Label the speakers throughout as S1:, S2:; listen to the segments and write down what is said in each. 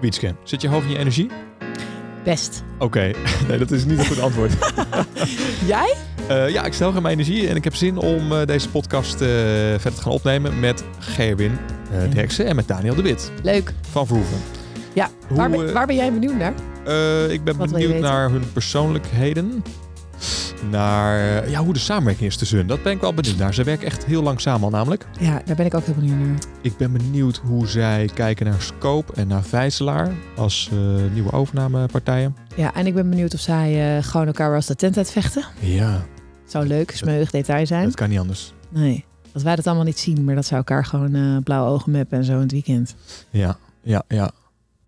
S1: Wietske, zit je hoog in je energie?
S2: Best.
S1: Oké, nee, dat is niet een goed antwoord.
S2: Jij?
S1: Eh, ja, ik stel graag mijn energie en ik heb zin om eh, deze podcast eh, verder te gaan opnemen met Gerwin eh Derksen en met Daniel de Wit
S2: Leuk.
S1: van Verhoeven.
S2: Ja,
S1: Hoe,
S2: waar, ben,
S1: eh,
S2: waar ben jij benieuwd naar?
S1: eh, ik ben
S2: Wat wil je
S1: benieuwd
S2: weten?
S1: naar hun persoonlijkheden. Naar eh, ja, hoe de samenwerking is tussen hun. Dat ben ik wel benieuwd naar. Ze werken echt heel lang samen al namelijk.
S2: Ja, daar ben ik ook heel benieuwd naar.
S1: Ik ben benieuwd hoe zij kijken naar Scope en naar Vijzelaar als eh, nieuwe overnamepartijen.
S2: Ja, en ik ben benieuwd of zij eh, gewoon elkaar wel eens de tent uitvechten.
S1: Ja,
S2: Zou een leuk, smeuig detail zijn.
S1: dat kan niet anders.
S2: Nee, dat wij dat allemaal niet zien, maar dat zij elkaar gewoon eh, blauwe ogen meppen en zo in het weekend.
S1: Ja, ja, ja.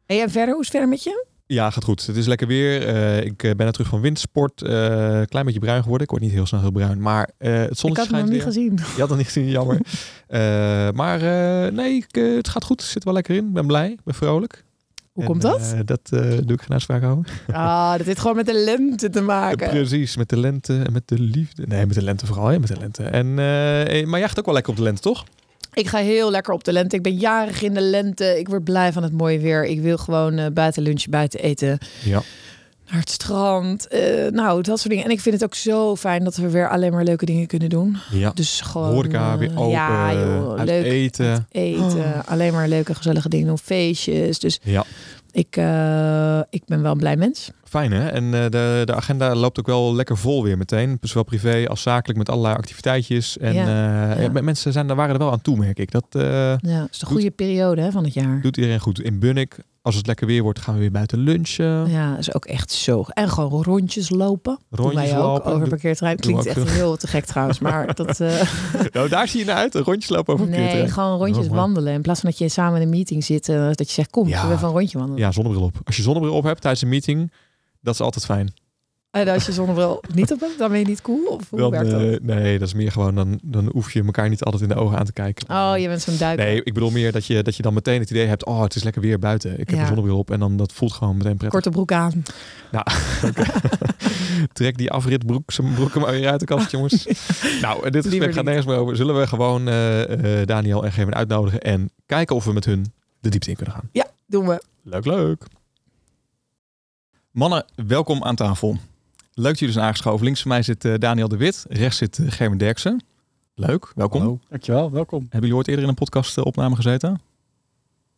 S2: Hey, en verder, hoe is het verder met je?
S1: Ja, gaat goed. Het is lekker weer. Eh, ik eh, ben net terug van windsport. Eh, klein beetje bruin geworden. Ik word niet heel snel heel bruin. Maar eh, het
S2: ik
S1: zonnetje
S2: had hem nog
S1: schijnt
S2: niet
S1: weer.
S2: gezien.
S1: Je had het niet gezien, jammer. Eh, maar eh, nee, ik, eh, het gaat goed. Ik zit er wel lekker in. Ik ben blij. Ik ben vrolijk.
S2: Hoe
S1: En,
S2: komt dat?
S1: eh, dat eh, doe ik geen uitspraak over.
S2: Ah, dat heeft gewoon met de lente te maken.
S1: Precies, met de lente en met de liefde. Nee, met de lente vooral. Hè, met de lente. En, eh, eh, maar jij gaat ook wel lekker op de lente, toch?
S2: Ik ga heel lekker op de lente. Ik ben jarig in de lente. Ik word blij van het mooie weer. Ik wil gewoon eh, buiten lunchen, buiten eten.
S1: Ja.
S2: Naar het strand. Eh, nou, dat soort dingen. En ik vind het ook zo fijn dat we weer alleen maar leuke dingen kunnen doen.
S1: ja.
S2: Dus gewoon...
S1: Horeca
S2: eh,
S1: weer open.
S2: Ja, joh.
S1: uit
S2: leuk
S1: eten. Oh.
S2: eten. Alleen maar leuke, gezellige dingen doen. Feestjes. Dus
S1: Ja.
S2: ik, eh, ik ben wel een blij mens.
S1: Fijn hè? En eh, de, de agenda loopt ook wel lekker vol weer meteen. Zowel privé als zakelijk met allerlei activiteitjes. En
S2: Ja,
S1: eh,
S2: ja.
S1: m- mensen zijn, daar waren er wel aan toe, merk ik. Dat eh,
S2: Ja, het is de
S1: Goed.
S2: goede periode hè, van het jaar.
S1: doet iedereen goed. In Bunnik, als het lekker weer wordt, gaan we weer buiten lunchen.
S2: Ja, is ook echt zo. En gewoon rondjes lopen. Doen
S1: Rondjes
S2: wij ook
S1: lopen.
S2: over
S1: Doe-
S2: parkeerterrein.
S1: doen we
S2: Klinkt
S1: ook
S2: echt heel te gek trouwens. Maar dat... eh,
S1: Nou, daar zie je naar uit. Een rondje lopen over een
S2: nee,
S1: keer.
S2: gewoon rondjes
S1: Oh, mooi.
S2: wandelen. In plaats van dat je samen in een meeting zit. eh, dat je zegt, kom,
S1: Ja.
S2: zullen we even een rondje wandelen?
S1: Ja, zonnebril op. Als je zonnebril op hebt tijdens een meeting, dat is altijd fijn.
S2: En als je zonnebril niet op hebt, dan ben je niet cool? Of hoe
S1: Dan,
S2: werkt dat?
S1: eh, nee, dat is meer gewoon, dan, dan hoef je elkaar niet altijd in de ogen aan te kijken.
S2: Oh, je bent zo'n duiker.
S1: eh, Nee, ik bedoel meer dat je, dat je dan meteen het idee hebt, oh, het is lekker weer buiten. Ik heb
S2: Ja.
S1: een zonnebril op en dan dat voelt gewoon meteen prettig.
S2: Korte broek aan.
S1: Trek die afritbroek zijn broeken maar weer uit de kast, jongens. nou, dit gesprek
S2: Liever
S1: gaat
S2: niet.
S1: nergens meer over. Zullen we gewoon eh, eh, Daniel en Gerben uitnodigen en kijken of we met hun de diepte in kunnen gaan.
S2: Doen we.
S1: Leuk, leuk. Mannen, welkom aan tafel. Leuk dat jullie zijn aangeschoven. Links van mij zit eh, Daniel de Wit, rechts zit eh, Gerben Derksen. Leuk, welkom.
S3: Dankjewel, welkom.
S1: Hebben jullie ooit eerder in een podcast eh, opname gezeten?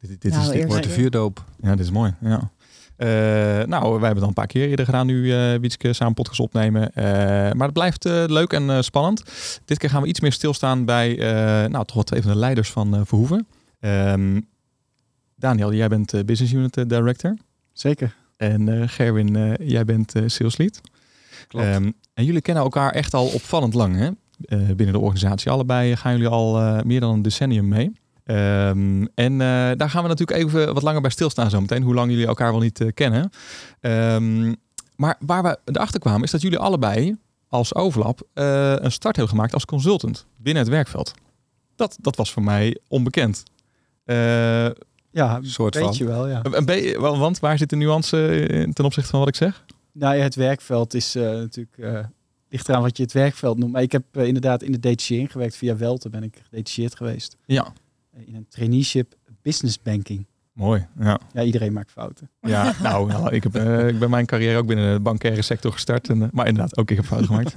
S1: Dit, dit
S2: Nou,
S1: is, dit
S2: eerst
S1: wordt
S2: niet.
S1: de vuurdoop. Ja, dit is mooi. Ja. Eh, nou, wij hebben het al een paar keer eerder gedaan nu, eh Wietske, samen podcast opnemen. Eh, maar het blijft eh, leuk en eh, spannend. Dit keer gaan we iets meer stilstaan bij, eh, nou, toch wel twee van de leiders van eh, Verhoeven. Ehm, Daniel, jij bent eh, Business Unit eh, Director.
S3: Zeker.
S1: En eh, Gerwin, eh, jij bent eh, Sales Lead. Ehm, en jullie kennen elkaar echt al opvallend lang hè? Eh, binnen de organisatie. Allebei gaan jullie al eh, meer dan een decennium mee. Ehm, en eh, daar gaan we natuurlijk even wat langer bij stilstaan zometeen. Hoe lang jullie elkaar wel niet eh, kennen. Ehm, maar waar we erachter kwamen is dat jullie allebei als overlap eh, een start hebben gemaakt als consultant binnen het werkveld. Dat, dat was voor mij onbekend. Eh,
S3: ja, een
S4: soort van.
S3: beetje wel, ja.
S1: een be- wa- want waar zit de nuance eh, ten opzichte van wat ik zeg?
S3: Nou ja, het werkveld is eh, natuurlijk... eh ligt eraan wat je het werkveld noemt. Maar ik heb eh, inderdaad in de detachering gewerkt. Via Welten ben ik gedetacheerd geweest.
S1: Ja,
S3: Eh, in een traineeship business banking.
S1: mooi. Ja.
S3: Ja, iedereen maakt fouten.
S1: Ja, nou, nou, ik, heb, eh, ik ben mijn carrière ook binnen de bankaire sector gestart. En, eh, maar inderdaad, ook ik heb fouten gemaakt.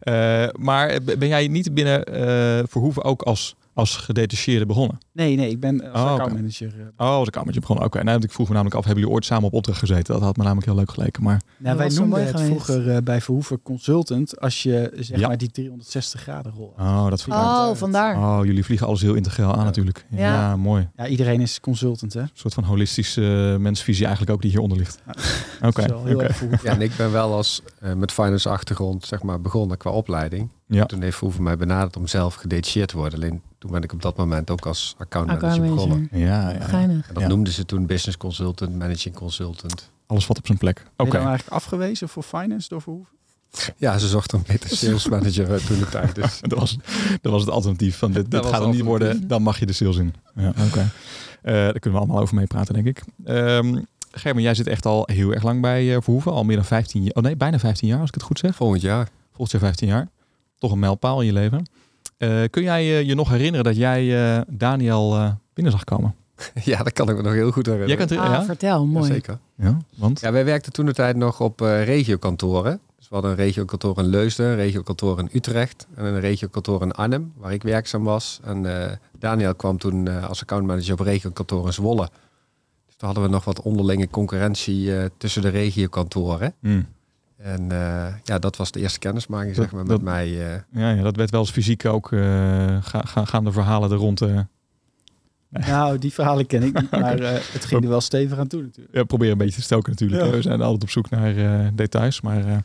S1: Eh, maar b- ben jij niet binnen eh Verhoeven ook als, als gedetacheerde begonnen?
S3: Nee, nee, ik ben eh, als
S1: Oh, oké.
S3: accountmanager. eh,
S1: Oh, als ik kamertje begonnen. Oké, nou, want ik vroeg me namelijk af, hebben jullie ooit samen op opdracht gezeten? Dat had me namelijk heel leuk geleken. Maar
S3: nou, wij
S2: was wel
S3: noemden
S2: mooi
S3: het
S2: geweest.
S3: vroeger eh, bij Verhoeven consultant. Als je eh, zeg
S1: Ja.
S3: maar die 360 graden rol. had.
S1: oh, dat
S3: Oh,
S1: vliegt
S2: Oh,
S3: daar.
S2: vandaar.
S1: Oh, jullie vliegen alles heel integraal aan
S3: Ja.
S1: natuurlijk. Ja,
S2: Ja.
S1: mooi.
S3: Ja, iedereen is consultant, hè?
S1: Een soort van holistische eh, mensvisie eigenlijk ook die hieronder ligt. Oké,
S3: Dat is wel heel
S1: oké.
S3: erg Verhoeven.
S4: Ja, en ik ben wel als eh, met finance achtergrond zeg maar begonnen qua opleiding.
S1: Ja.
S4: Toen heeft Verhoeven mij benaderd om zelf gedetacheerd te worden. Alleen toen ben ik op dat moment ook als
S1: nou,
S4: accountmanager begonnen.
S2: Accountmanager.
S1: Ja, ja, ja.
S2: Geinig.
S4: En dat
S1: Ja.
S4: noemden ze toen business consultant, managing consultant.
S1: alles wat op zijn plek. Oké.
S3: Ben je dan eigenlijk afgewezen voor finance door Verhoeven?
S4: Ja, ze zochten een beter sales manager uit toen de tijd. Dus
S1: Dat was, dat was het alternatief. Van dit
S4: Dat
S1: dit
S4: was
S1: gaat
S4: het
S1: het niet
S4: alternatief.
S1: worden, dan mag je de sales in. Ja, oké. Eh, daar kunnen we allemaal over meepraten, denk ik. Ehm Gerben, jij zit echt al heel erg lang bij eh, Verhoeven. Al meer dan 15 jaar. Oh nee, bijna 15 jaar, als ik het goed zeg.
S4: volgend jaar.
S1: Volgend jaar 15 jaar. Toch een mijlpaal in je leven. Eh, kun jij eh, je nog herinneren dat jij eh, Daniel eh, binnen zag komen?
S4: ja, dat kan ik me nog heel goed herinneren.
S1: Jij kunt,
S2: Ah,
S1: ja?
S2: vertel, mooi.
S4: Zeker.
S1: ja, want?
S4: Ja, wij werkten toen de tijd nog op eh, regiokantoren. Dus we hadden een regiokantoor in Leusden, een regiokantoor in Utrecht en een regiokantoor in Arnhem, waar ik werkzaam was. En eh, Daniel kwam toen eh, als accountmanager op regiokantoor in Zwolle. Dus toen hadden we nog wat onderlinge concurrentie eh, tussen de regiokantoren.
S1: Hm.
S4: En eh, ja, dat was de eerste kennismaking
S1: Dat-
S4: zeg maar, met
S1: dat-
S4: mij. eh.
S1: Ja, ja, dat werd wel eens fysiek ook. eh, ga, ga, gaan de verhalen er rond. eh,
S3: Nou, die verhalen ken ik niet, maar eh, het ging er wel stevig aan toe natuurlijk.
S1: ja, proberen een beetje te stoken natuurlijk.
S3: Ja.
S1: hè. We zijn altijd op zoek naar eh, details. Maar eh,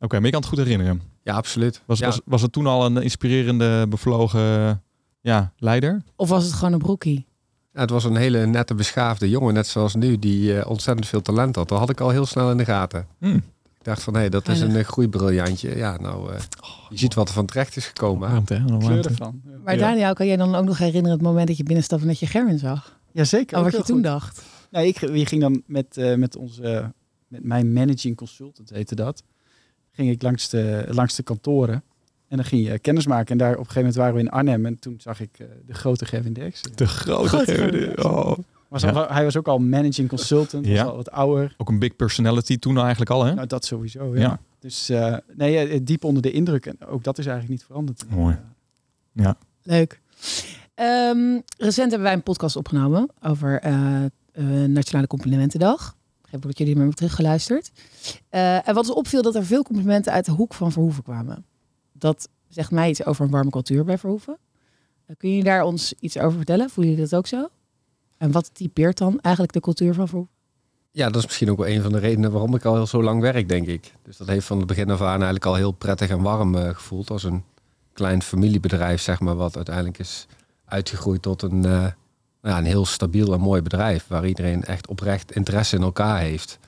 S1: oké, maar je kan het goed herinneren.
S4: ja, absoluut.
S1: Was,
S4: ja.
S1: was, was het toen al een inspirerende, bevlogen ja, leider?
S2: Of was het gewoon een broekie?
S4: Ja, het was een hele nette, beschaafde jongen, net zoals nu, die eh, ontzettend veel talent had. Dat had ik al heel snel in de gaten.
S1: Hm.
S4: Ik dacht van, hé, dat is een
S2: Veilig.
S4: eh, groeibriljantje. Ja, nou, eh, je ziet wat er van terecht is gekomen. hè.
S1: Warmte, hè? Nog
S3: Kleur
S1: warmte.
S3: ervan. Ja.
S2: Maar
S1: Ja.
S2: Daniel, kan jij dan ook nog herinneren het moment dat je binnenstap en dat je Gerwin zag?
S3: Jazeker.
S2: En
S3: ook
S2: Oh, wat je
S3: heel
S2: toen
S3: goed.
S2: dacht?
S3: Nee, ik, je ging dan met, eh, met onze, eh, met mijn managing consultant heette dat, ging ik langs de, langs de kantoren en dan ging je eh, kennis maken. En daar op een gegeven moment waren we in Arnhem en toen zag ik eh, de grote Gerwin Derksen.
S1: De grote.
S2: Groot.
S1: Gerwin. Oh.
S3: Was
S1: Ja.
S3: al- hij was ook al managing consultant, was
S1: Ja.
S3: al wat ouder.
S1: Ook een big personality toen eigenlijk al, hè?
S3: Nou, dat sowieso, ja.
S1: Ja.
S3: Dus eh, nee, eh, diep onder de indruk. En ook dat is eigenlijk niet veranderd.
S1: Mooi.
S3: Eh,
S2: Leuk. Ehm, recent hebben wij een podcast opgenomen over eh, eh, Nationale Complimentendag. Ik begreep ook dat jullie hem hebben teruggeluisterd. Eh, en wat ons opviel, dat er veel complimenten uit de hoek van Verhoeven kwamen. Dat zegt mij iets over een warme cultuur bij Verhoeven. Eh, kun je daar ons iets over vertellen? Voelen jullie dat ook zo? En wat typeert dan eigenlijk de cultuur van Verhoeven?
S4: Ja, dat is misschien ook wel een van de redenen waarom ik al heel zo lang werk, denk ik. Dus dat heeft van het begin af aan eigenlijk al heel prettig en warm eh, gevoeld. Als een klein familiebedrijf, zeg maar, wat uiteindelijk is uitgegroeid tot een, eh, nou ja, een heel stabiel en mooi bedrijf. Waar iedereen echt oprecht interesse in elkaar heeft.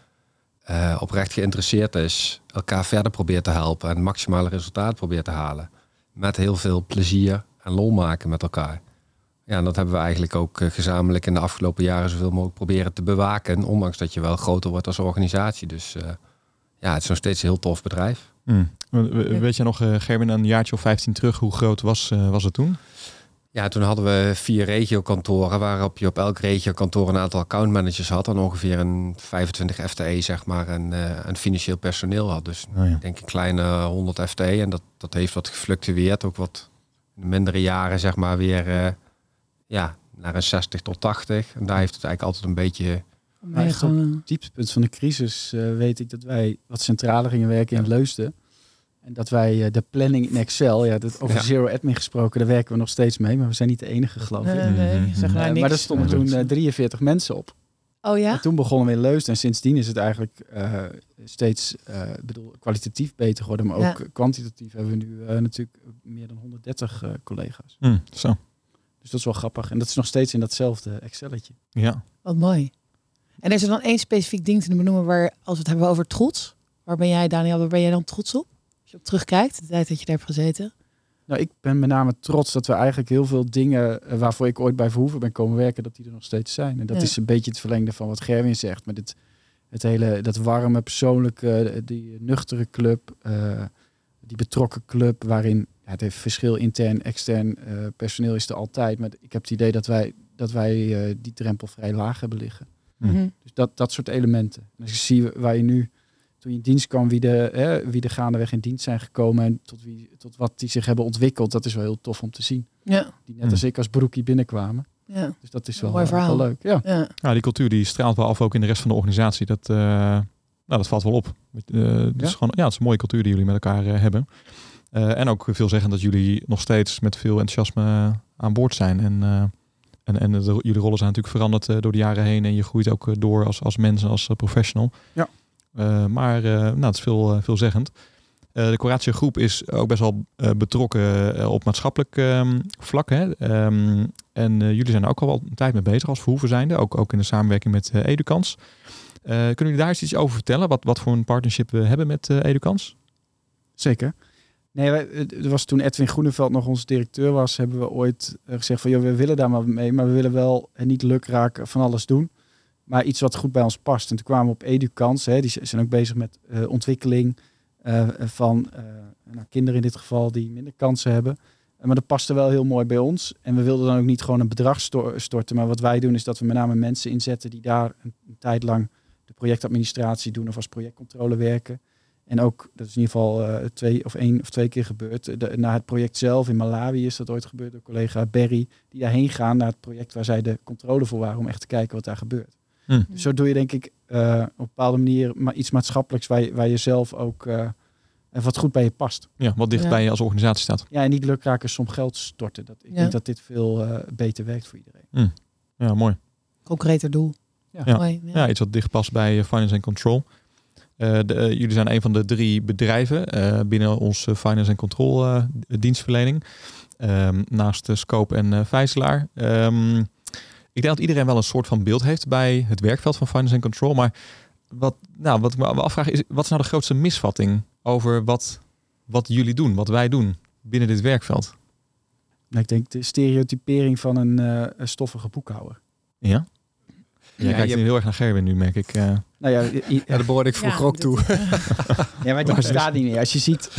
S4: eh, oprecht geïnteresseerd is, elkaar verder probeert te helpen en het maximale resultaat probeert te halen. Met heel veel plezier en lol maken met elkaar. Ja, en dat hebben we eigenlijk ook eh, gezamenlijk in de afgelopen jaren zoveel mogelijk proberen te bewaken. Ondanks dat je wel groter wordt als organisatie. Dus eh, ja, het is nog steeds een heel tof bedrijf.
S1: Hmm. We- we- Weet je nog, eh, Gerwin, een jaartje of 15 terug, hoe groot was, eh, was het toen?
S4: Ja, toen hadden we vier regiokantoren, waarop je op elk regiokantoor een aantal accountmanagers had. En ongeveer een 25 FTE, E, zeg maar, en, eh, en financieel personeel had. Dus
S1: Oh, ja.
S4: ik denk een kleine 100 FTE. E. En dat, dat heeft wat gefluctueerd. Ook wat in de mindere jaren, zeg maar, weer eh, ja, naar een 60 tot 80. En daar heeft het eigenlijk altijd een beetje
S3: Maar echt op- dieptepunt van de crisis eh, weet ik dat wij wat centraler gingen werken in Leusden. En dat wij eh, de planning in Excel, ja, dat, over
S4: Ja.
S3: zero admin gesproken, daar werken we nog steeds mee. Maar we zijn niet de enige, geloof ik.
S2: Nee, nee,
S1: Mhm.
S2: zeg
S3: Eh,
S2: maar niks.
S3: maar daar stonden toen eh,
S2: Niks.
S3: 43 mensen op.
S2: Oh ja?
S3: En toen begonnen we in Leusden. En sindsdien is het eigenlijk eh, steeds eh, ik bedoel, kwalitatief beter geworden. Maar ook kwantitatief hebben we nu eh, natuurlijk meer dan 130 eh, collega's.
S1: Hm, zo,
S3: Dus dat is wel grappig. En dat is nog steeds in datzelfde Excelletje.
S1: ja.
S2: Wat mooi. En is er dan één specifiek ding te benoemen waar, als we het hebben over trots, waar ben jij, Daniel, waar ben jij dan trots op? Als je op terugkijkt, de tijd dat je daar hebt gezeten.
S3: Nou, ik ben met name trots dat we eigenlijk heel veel dingen eh, waarvoor ik ooit bij Verhoeven ben komen werken, dat die er nog steeds zijn. En dat
S2: Ja.
S3: is een beetje het verlengde van wat Gerwin zegt. Maar dit, het hele, dat warme, persoonlijke, eh, die nuchtere club, eh, die betrokken club, waarin ja, het heeft verschil intern, extern, eh, personeel is er altijd. Maar ik heb het idee dat wij, dat wij eh, die drempel vrij laag hebben liggen.
S1: Hm.
S2: Mhm.
S3: Dus dat, dat soort elementen. En als je ziet waar je nu, toen je in dienst kwam, wie de, hè, wie de gaandeweg in dienst zijn gekomen en tot, wie, tot wat die zich hebben ontwikkeld, dat is wel heel tof om te zien.
S2: Ja,
S3: Die net als ik als broekie binnenkwamen.
S2: ja,
S3: Dus dat is
S2: Mooi
S3: wel, eh,
S2: verhaal.
S3: wel leuk. Ja.
S2: ja.
S1: ja, die cultuur die straalt wel af ook in de rest van de organisatie. Dat, eh, nou, dat valt wel op. Eh, het is
S3: Ja?
S1: gewoon, ja, het is een mooie cultuur die jullie met elkaar eh, hebben. Eh, en ook veel zeggen dat jullie nog steeds met veel enthousiasme aan boord zijn. En, eh, en, en de- jullie rollen zijn natuurlijk veranderd eh, door de jaren heen. En je groeit ook eh, door als, als mens en als eh, professional.
S3: Ja.
S1: Eh, maar eh nou, het is veel, eh, veelzeggend. Eh, de Coratio Groep is ook best wel eh, betrokken eh, op maatschappelijk ehm, vlak. Hè? Ehm, en eh, jullie zijn er ook al wel een tijd mee bezig als verhoeven zijnde. Ook, ook in de samenwerking met eh, Edukans. Eh, kunnen jullie daar eens iets over vertellen? Wat, wat voor een partnership we hebben met eh, Edukans?
S3: Zeker. Nee, wij, er was toen Edwin Groeneveld nog onze directeur was, hebben we ooit eh, gezegd van, joh, we willen daar maar mee, maar we willen wel en niet lukraak van alles doen. Maar iets wat goed bij ons past. En toen kwamen we op Educans, hè, die z- zijn ook bezig met eh, ontwikkeling eh, van eh, nou, kinderen in dit geval die minder kansen hebben. Eh, Maar dat paste wel heel mooi bij ons. En we wilden dan ook niet gewoon een bedrag sto- storten. Maar wat wij doen is dat we met name mensen inzetten die daar een, een tijd lang de projectadministratie doen of als projectcontrole werken. En ook, dat is in ieder geval eh, twee of één of twee keer gebeurd. De, na het project zelf in Malawi is dat ooit gebeurd door collega Berry. Die daarheen gaan naar het project waar zij de controle voor waren om echt te kijken wat daar gebeurt.
S1: Hm.
S3: Dus zo doe je denk ik eh, op een bepaalde manier maar iets maatschappelijks waar je, waar je zelf ook eh, en wat goed bij je past.
S1: Ja, wat dicht
S2: Ja.
S1: bij je als organisatie staat.
S3: Ja, en niet lukraken som geld storten. Dat, ik
S2: Ja.
S3: denk dat dit veel eh, beter werkt voor iedereen.
S1: Ja, mooi.
S2: Concreter doel.
S3: Ja.
S1: Ja.
S2: Mooi, ja.
S1: Ja, iets wat dicht past bij eh, Finance and Control. Eh, de, eh, jullie zijn een van de drie bedrijven eh, binnen onze Finance and Control eh, dienstverlening. Ehm, naast eh, Scope en eh, Vijzelaar. Ehm, ik denk dat iedereen wel een soort van beeld heeft bij het werkveld van Finance and Control. Maar wat, nou, wat ik me afvraag is, wat is nou de grootste misvatting over wat, wat jullie doen, wat wij doen binnen dit werkveld?
S3: Nou, ik denk de stereotypering van een eh, een stoffige boekhouder.
S1: Ja? Jij
S4: Ja,
S1: kijkt
S4: je-
S1: nu heel erg naar Gerwin nu, merk ik. eh.
S3: Nou ja, i- i-
S4: Ja, daar behoorde ik
S2: Ja,
S4: vroeger ook
S2: dat-
S4: toe.
S3: Ja, maar die bestaat niet meer. Als je ziet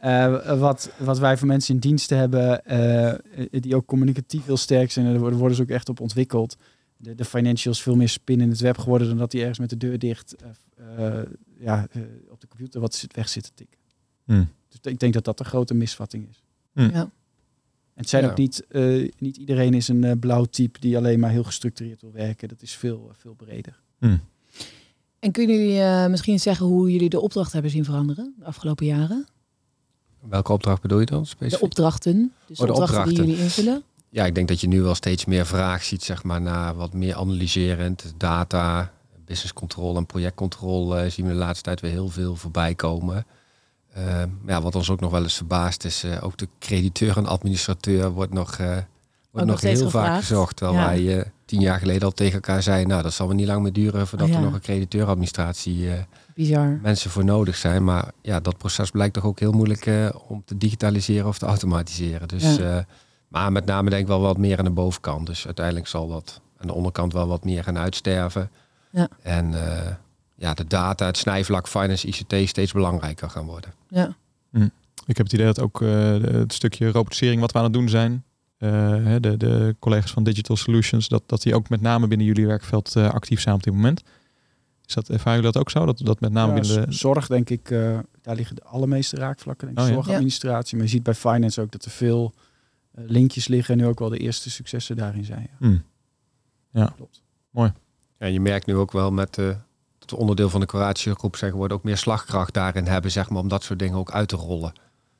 S3: eh, wat, wat wij voor mensen in dienst hebben, eh, die ook communicatief heel sterk zijn, en daar worden, worden ze ook echt op ontwikkeld. De, de financials veel meer spin in het web geworden dan dat die ergens met de deur dicht eh, eh, ja, eh, op de computer wat zit, weg zit te tikken.
S1: Hm.
S3: Dus ik denk dat dat een grote misvatting is.
S1: Hm.
S2: Ja.
S3: En het zijn
S4: Ja.
S3: ook niet, eh, niet iedereen is een eh, blauw type die alleen maar heel gestructureerd wil werken. Dat is veel, eh, veel breder.
S2: En kunnen jullie eh, misschien zeggen hoe jullie de opdracht hebben zien veranderen de afgelopen jaren?
S4: Welke opdracht bedoel je dan
S2: De
S4: specifiek?
S2: opdrachten. Dus
S4: Oh, de
S2: opdrachten,
S4: opdrachten.
S2: die jullie invullen.
S4: Ja, ik denk dat je nu wel steeds meer vraag ziet zeg maar, naar wat meer analyserend. Data, business control en projectcontrol eh, zien we de laatste tijd weer heel veel voorbij komen. Eh, ja, wat ons ook nog wel eens verbaast is, eh, ook de crediteur en administrateur wordt nog, eh, wordt nog
S2: nog
S4: heel
S2: steeds
S4: vaak
S2: gevraagd.
S4: gezocht. Terwijl
S2: Ja.
S4: wij eh, tien jaar geleden al tegen elkaar zeiden, nou dat zal wel niet lang meer duren voordat
S2: Oh, ja.
S4: er nog een crediteuradministratie eh,
S2: Bizar.
S4: mensen voor nodig zijn. Maar ja, dat proces blijkt toch ook heel moeilijk eh, om te digitaliseren of te automatiseren. Dus, eh, maar met name denk ik wel wat meer aan de bovenkant. Dus uiteindelijk zal dat aan de onderkant wel wat meer gaan uitsterven.
S2: Ja.
S4: En eh, ja, de data, het snijvlak, finance, ICT steeds belangrijker gaan worden.
S2: Ja.
S1: Ik heb het idee dat ook eh, het stukje robotisering wat we aan het doen zijn, eh, hè, de, de collega's van Digital Solutions, dat, dat die ook met name binnen jullie werkveld eh, actief zijn op dit moment. Is dat, ervaren jullie dat ook zo? Dat, dat met name
S3: Ja,
S1: binnen
S3: z-
S1: de...
S3: Zorg, denk ik, eh, daar liggen de allermeeste raakvlakken. Denk ik.
S1: Oh, ja.
S3: Zorgadministratie. Maar je ziet bij finance ook dat er veel eh, linkjes liggen en nu ook wel de eerste successen daarin zijn. Ja.
S1: Hmm.
S3: Klopt.
S4: En je merkt nu ook wel met eh, dat we onderdeel van de Kroatische groep zijn geworden, ook meer slagkracht daarin hebben, zeg maar, om dat soort dingen ook uit te rollen.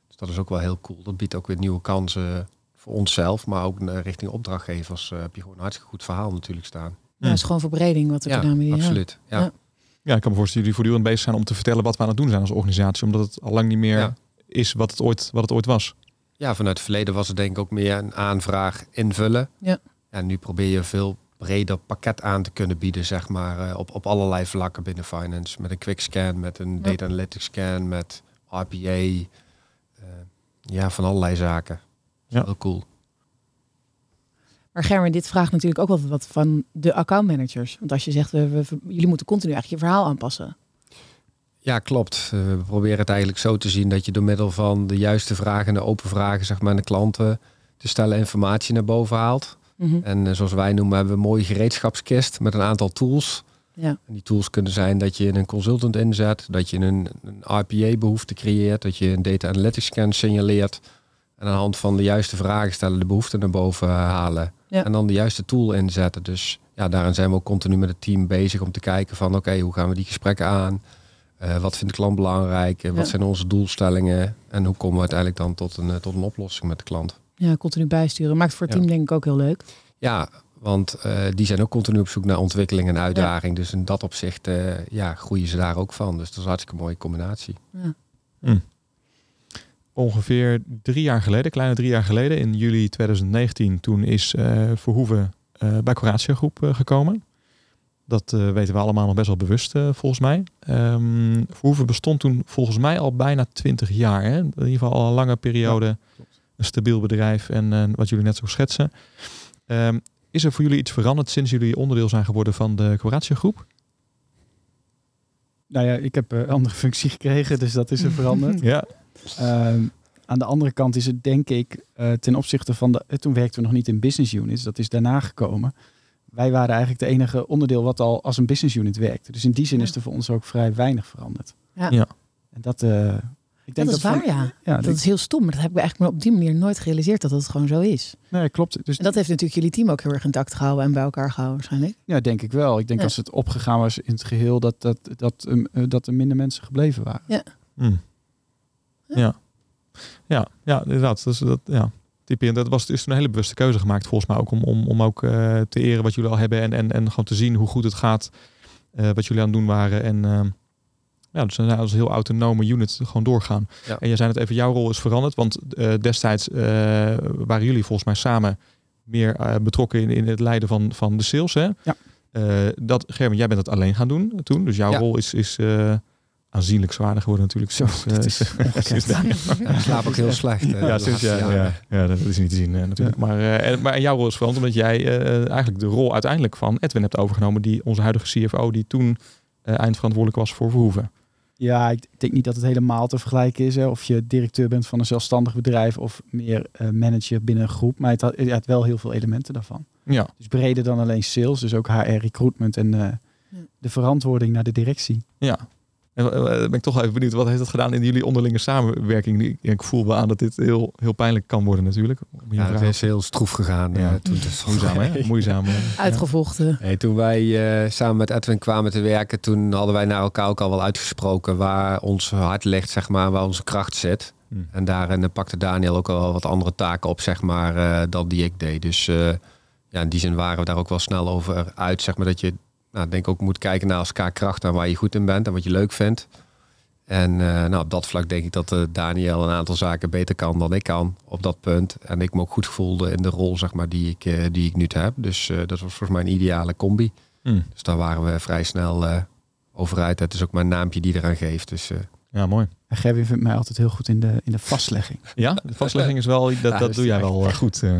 S4: Dus dat is ook wel heel cool. Dat biedt ook weer nieuwe kansen voor onszelf, maar ook eh, richting opdrachtgevers eh, heb je gewoon een hartstikke goed verhaal natuurlijk staan.
S2: Ja, is gewoon verbreding wat we
S4: ja,
S2: gedaan hebben.
S4: absoluut. Ja.
S2: Ja.
S1: Ja, ik kan me voorstellen dat jullie voortdurend bezig zijn om te vertellen wat we aan het doen zijn als organisatie, omdat het al lang niet meer
S4: Ja.
S1: is wat het, ooit, wat het ooit was.
S4: Ja, vanuit het verleden was het denk ik ook meer een aanvraag invullen.
S2: Ja.
S4: En nu probeer je een veel breder pakket aan te kunnen bieden, zeg maar, eh, op, op allerlei vlakken binnen finance. Met een quick scan, met een
S2: Ja.
S4: data analytics scan, met RPA. eh, ja, van allerlei zaken.
S1: Ja.
S4: Ja. Heel cool.
S2: Maar Germen, dit vraagt natuurlijk ook wel wat van de accountmanagers. Want als je zegt, we, we- jullie moeten continu eigenlijk je verhaal aanpassen.
S4: Ja, klopt. Eh, we proberen het eigenlijk zo te zien dat je door middel van de juiste vragen en de open vragen, zeg maar, aan de klanten te stellen informatie naar boven haalt.
S2: Mhm.
S4: En eh, zoals wij noemen, hebben we een mooie gereedschapskist met een aantal tools.
S2: Ja.
S4: En die tools kunnen zijn dat je een consultant inzet, dat je een, een RPA-behoefte creëert, dat je een data analytics scan signaleert. En aan de hand van de juiste vragen stellen, de behoeften naar boven eh, halen.
S2: Ja.
S4: En dan de juiste tool inzetten. Dus ja, daarin zijn we ook continu met het team bezig om te kijken van oké, hoe gaan we die gesprekken aan? Eh, wat vindt de klant belangrijk? En wat
S2: Ja.
S4: zijn onze doelstellingen? En hoe komen we uiteindelijk dan tot een, eh, tot een oplossing met de klant?
S2: Ja, continu bijsturen. Maakt voor het
S4: Ja.
S2: team denk ik ook heel leuk.
S4: Ja, want eh, die zijn ook continu op zoek naar ontwikkeling en uitdaging. Dus in dat opzicht eh, ja, groeien ze daar ook van. Dus dat is een hartstikke mooie combinatie.
S1: Ongeveer drie jaar geleden, kleine drie jaar geleden, in juli 2019, toen is eh, Verhoeven eh, bij Coratio Groep eh, gekomen. Dat eh, weten we allemaal nog best wel bewust, eh, volgens mij. Ehm, Verhoeven bestond toen volgens mij al bijna 20 jaar. Hè? In ieder geval al een lange periode. een stabiel bedrijf en eh, wat jullie net zo schetsen. Ehm, is er voor jullie iets veranderd sinds jullie onderdeel zijn geworden van de Coratio Groep?
S3: eh, Nou ja, ik heb een andere functie gekregen, dus dat is er veranderd.
S1: Ja.
S3: Ehm, Aan de andere kant is het denk ik eh, ten opzichte van de... eh, Toen werkten we nog niet in business units, dat is daarna gekomen. Wij waren eigenlijk de enige onderdeel wat al als een business unit werkte. Dus in die zin
S2: Ja.
S3: is er voor ons ook vrij weinig veranderd.
S2: Ja.
S1: Ja.
S3: En dat... eh, ik
S2: Dat
S3: denk
S2: is
S3: dat, van-
S2: waar, ja.
S3: ja,
S2: Dat
S3: ik-
S2: is heel stom, maar dat heb ik me eigenlijk maar op die manier nooit gerealiseerd dat dat gewoon zo is.
S3: nee, klopt. Dus
S2: En dat heeft natuurlijk jullie team ook heel erg intact gehouden en bij elkaar gehouden waarschijnlijk.
S3: Ja, denk ik wel. Ik denk
S2: Ja.
S3: als het opgegaan was in het geheel, dat, dat, dat, um, eh, dat er minder mensen gebleven waren.
S1: Hm.
S2: Ja.
S1: Ja. Ja, ja, inderdaad. Dus dat, ja. Typerend, dat was is een hele bewuste keuze gemaakt volgens mij ook om, om, om ook eh, te eren wat jullie al hebben en, en, en gewoon te zien hoe goed het gaat, eh, wat jullie aan het doen waren. En ehm, ja, dus we zijn als heel autonome unit gewoon doorgaan.
S4: Ja.
S1: En jij zei het even, jouw rol is veranderd, want eh, destijds eh, waren jullie volgens mij samen meer eh, betrokken in, in het leiden van, van de sales. Hè?
S3: Ja.
S1: Eh, dat, Gerben, jij bent dat alleen gaan doen toen, dus jouw
S4: Ja.
S1: rol is, is eh, aanzienlijk zwaarder geworden natuurlijk.
S3: Zo,
S1: sinds, eh,
S3: dat is
S1: sinds daar.
S4: Ik slaap ook heel slecht. eh, de
S1: Ja, sinds,
S4: laatste
S1: ja,
S4: jaren.
S1: ja, ja, dat is niet te zien eh, natuurlijk. Maar, eh, en, maar en jouw rol is veranderd omdat jij eh, eigenlijk de rol uiteindelijk van Edwin hebt overgenomen. Die onze huidige CFO die toen eh, eindverantwoordelijk was voor Verhoeven.
S3: Ja, ik denk niet dat het helemaal te vergelijken is. Hè. Of je directeur bent van een zelfstandig bedrijf of meer eh, manager binnen een groep. Maar het had, het had wel heel veel elementen daarvan.
S1: Ja,
S3: Dus breder dan alleen sales, dus ook HR, recruitment en eh,
S2: Ja.
S3: de verantwoording naar de directie.
S1: ja. En eh, ben ik toch wel even benieuwd, wat heeft dat gedaan in jullie onderlinge samenwerking? Ik- Ik voel wel aan dat dit heel, heel pijnlijk kan worden natuurlijk. Om je
S4: Ja, het
S1: verhaal-
S4: is heel stroef gegaan. eh,
S1: Ja.
S4: toen dus.
S1: Moeizaam hè? Moeizaam. eh.
S2: Uitgevochten.
S4: Nee, toen wij eh, samen met Edwin kwamen te werken, toen hadden wij naar elkaar ook al wel uitgesproken waar ons hart ligt, zeg maar, waar onze kracht zit.
S1: Hm.
S4: En daarin eh, pakte Daniel ook al wel wat andere taken op, zeg maar, eh, dan die ik deed. Dus eh, ja, in die zin waren we daar ook wel snel over uit, zeg maar, dat je, nou, ik denk ook moet kijken naar elkaar kracht en waar je goed in bent en wat je leuk vindt. En eh, nou, op dat vlak denk ik dat eh, Daniel een aantal zaken beter kan dan ik kan op dat punt. En ik me ook goed voelde in de rol zeg maar, die, ik, eh, die ik nu heb. Dus eh, dat was volgens mij een ideale combi.
S1: Hm.
S4: Dus daar waren we vrij snel eh over uit. Het is ook mijn naampje die eraan geeft. Dus eh,
S1: Ja, mooi.
S3: En Gerwin vindt mij altijd heel goed in de, in de vastlegging.
S1: Ja, de vastlegging is wel, dat,
S4: Ja,
S1: dat
S4: dus
S1: doe jij
S4: echt-
S1: wel eh, goed. eh.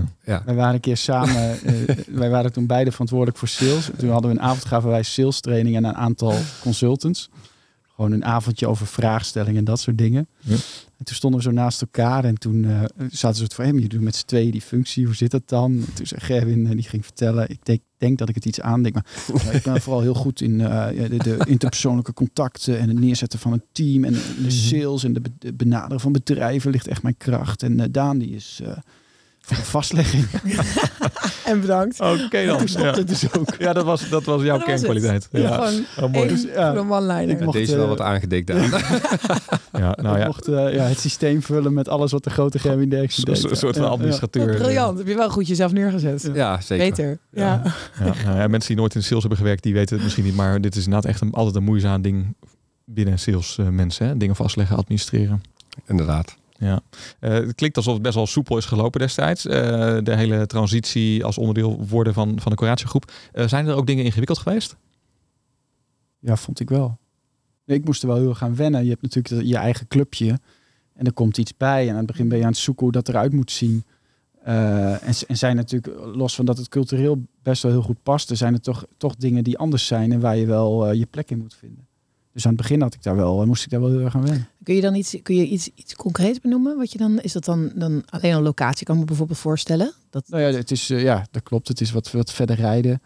S3: Wij waren een keer samen, eh, wij waren toen beide verantwoordelijk voor sales. Toen hadden we een avond gaven wij sales training aan een aantal consultants. Gewoon een avondje over vraagstellingen en dat soort dingen.
S1: Ja.
S3: En toen stonden we zo naast elkaar en toen eh, zaten ze het van, hé, maar je doet met z'n tweeën die functie, hoe zit dat dan? En toen zei Gerwin, eh, die ging vertellen, ik denk, denk dat ik het iets aandik, maar maar ik ben vooral heel goed in eh, ja, de, de interpersoonlijke contacten en het neerzetten van een team en de sales en de, be- de benaderen van bedrijven ligt echt mijn kracht. En eh, Daan, die is... eh voor de vastlegging.
S2: En bedankt.
S1: Oké dan.
S3: Toen stopte
S1: Ja.
S3: het dus ook.
S1: Ja, dat was, dat was jouw
S2: Maar dat was
S1: kernkwaliteit.
S2: het. Ja.
S1: Ja.
S2: Gewoon
S1: Oh, mooi.
S2: één
S3: Dus, ja.
S2: voor een one-liner.
S3: Ik mocht,
S4: deze wel
S3: eh,
S4: wat aangedikt. Daan.
S1: Ja, nou
S3: ik
S1: ja,
S3: mocht eh, ja, het systeem vullen met alles wat de grote Gerwin Derksen
S1: Een
S3: deed.
S1: soort- soort
S3: Ja,
S1: van
S3: ja.
S1: administrateur.
S2: Briljant, heb je wel goed jezelf neergezet.
S4: ja, zeker.
S2: Beter. Ja.
S4: Ja.
S1: Ja, nou ja, mensen die nooit in de sales hebben gewerkt, die weten het misschien niet. Maar dit is inderdaad echt een, altijd een moeizaam ding binnen sales eh, mensen. Hè? Dingen vastleggen, administreren.
S4: Inderdaad.
S1: Ja. Eh, het klinkt alsof het best wel soepel is gelopen destijds. Eh, de hele transitie als onderdeel worden van, van de Coratiegroep. Eh, zijn er ook dingen ingewikkeld geweest?
S3: Ja, vond ik wel. Nee, ik moest er wel heel erg aan wennen. Je hebt natuurlijk dat- je eigen clubje en er komt iets bij. En aan het begin ben je aan het zoeken hoe dat eruit moet zien. Eh, en, z- en zijn natuurlijk, los van dat het cultureel best wel heel goed past, er zijn er toch, toch dingen die anders zijn en waar je wel eh, je plek in moet vinden. Dus aan het begin had ik daar wel, moest ik daar wel heel erg aan wennen.
S2: Kun je dan iets, kun je iets, iets concreets benoemen? Wat je dan, is dat dan, dan alleen een locatie? Kan ik me bijvoorbeeld voorstellen. Dat,
S3: Nou ja, het is, eh, ja, dat klopt. Het is wat, wat verder rijden.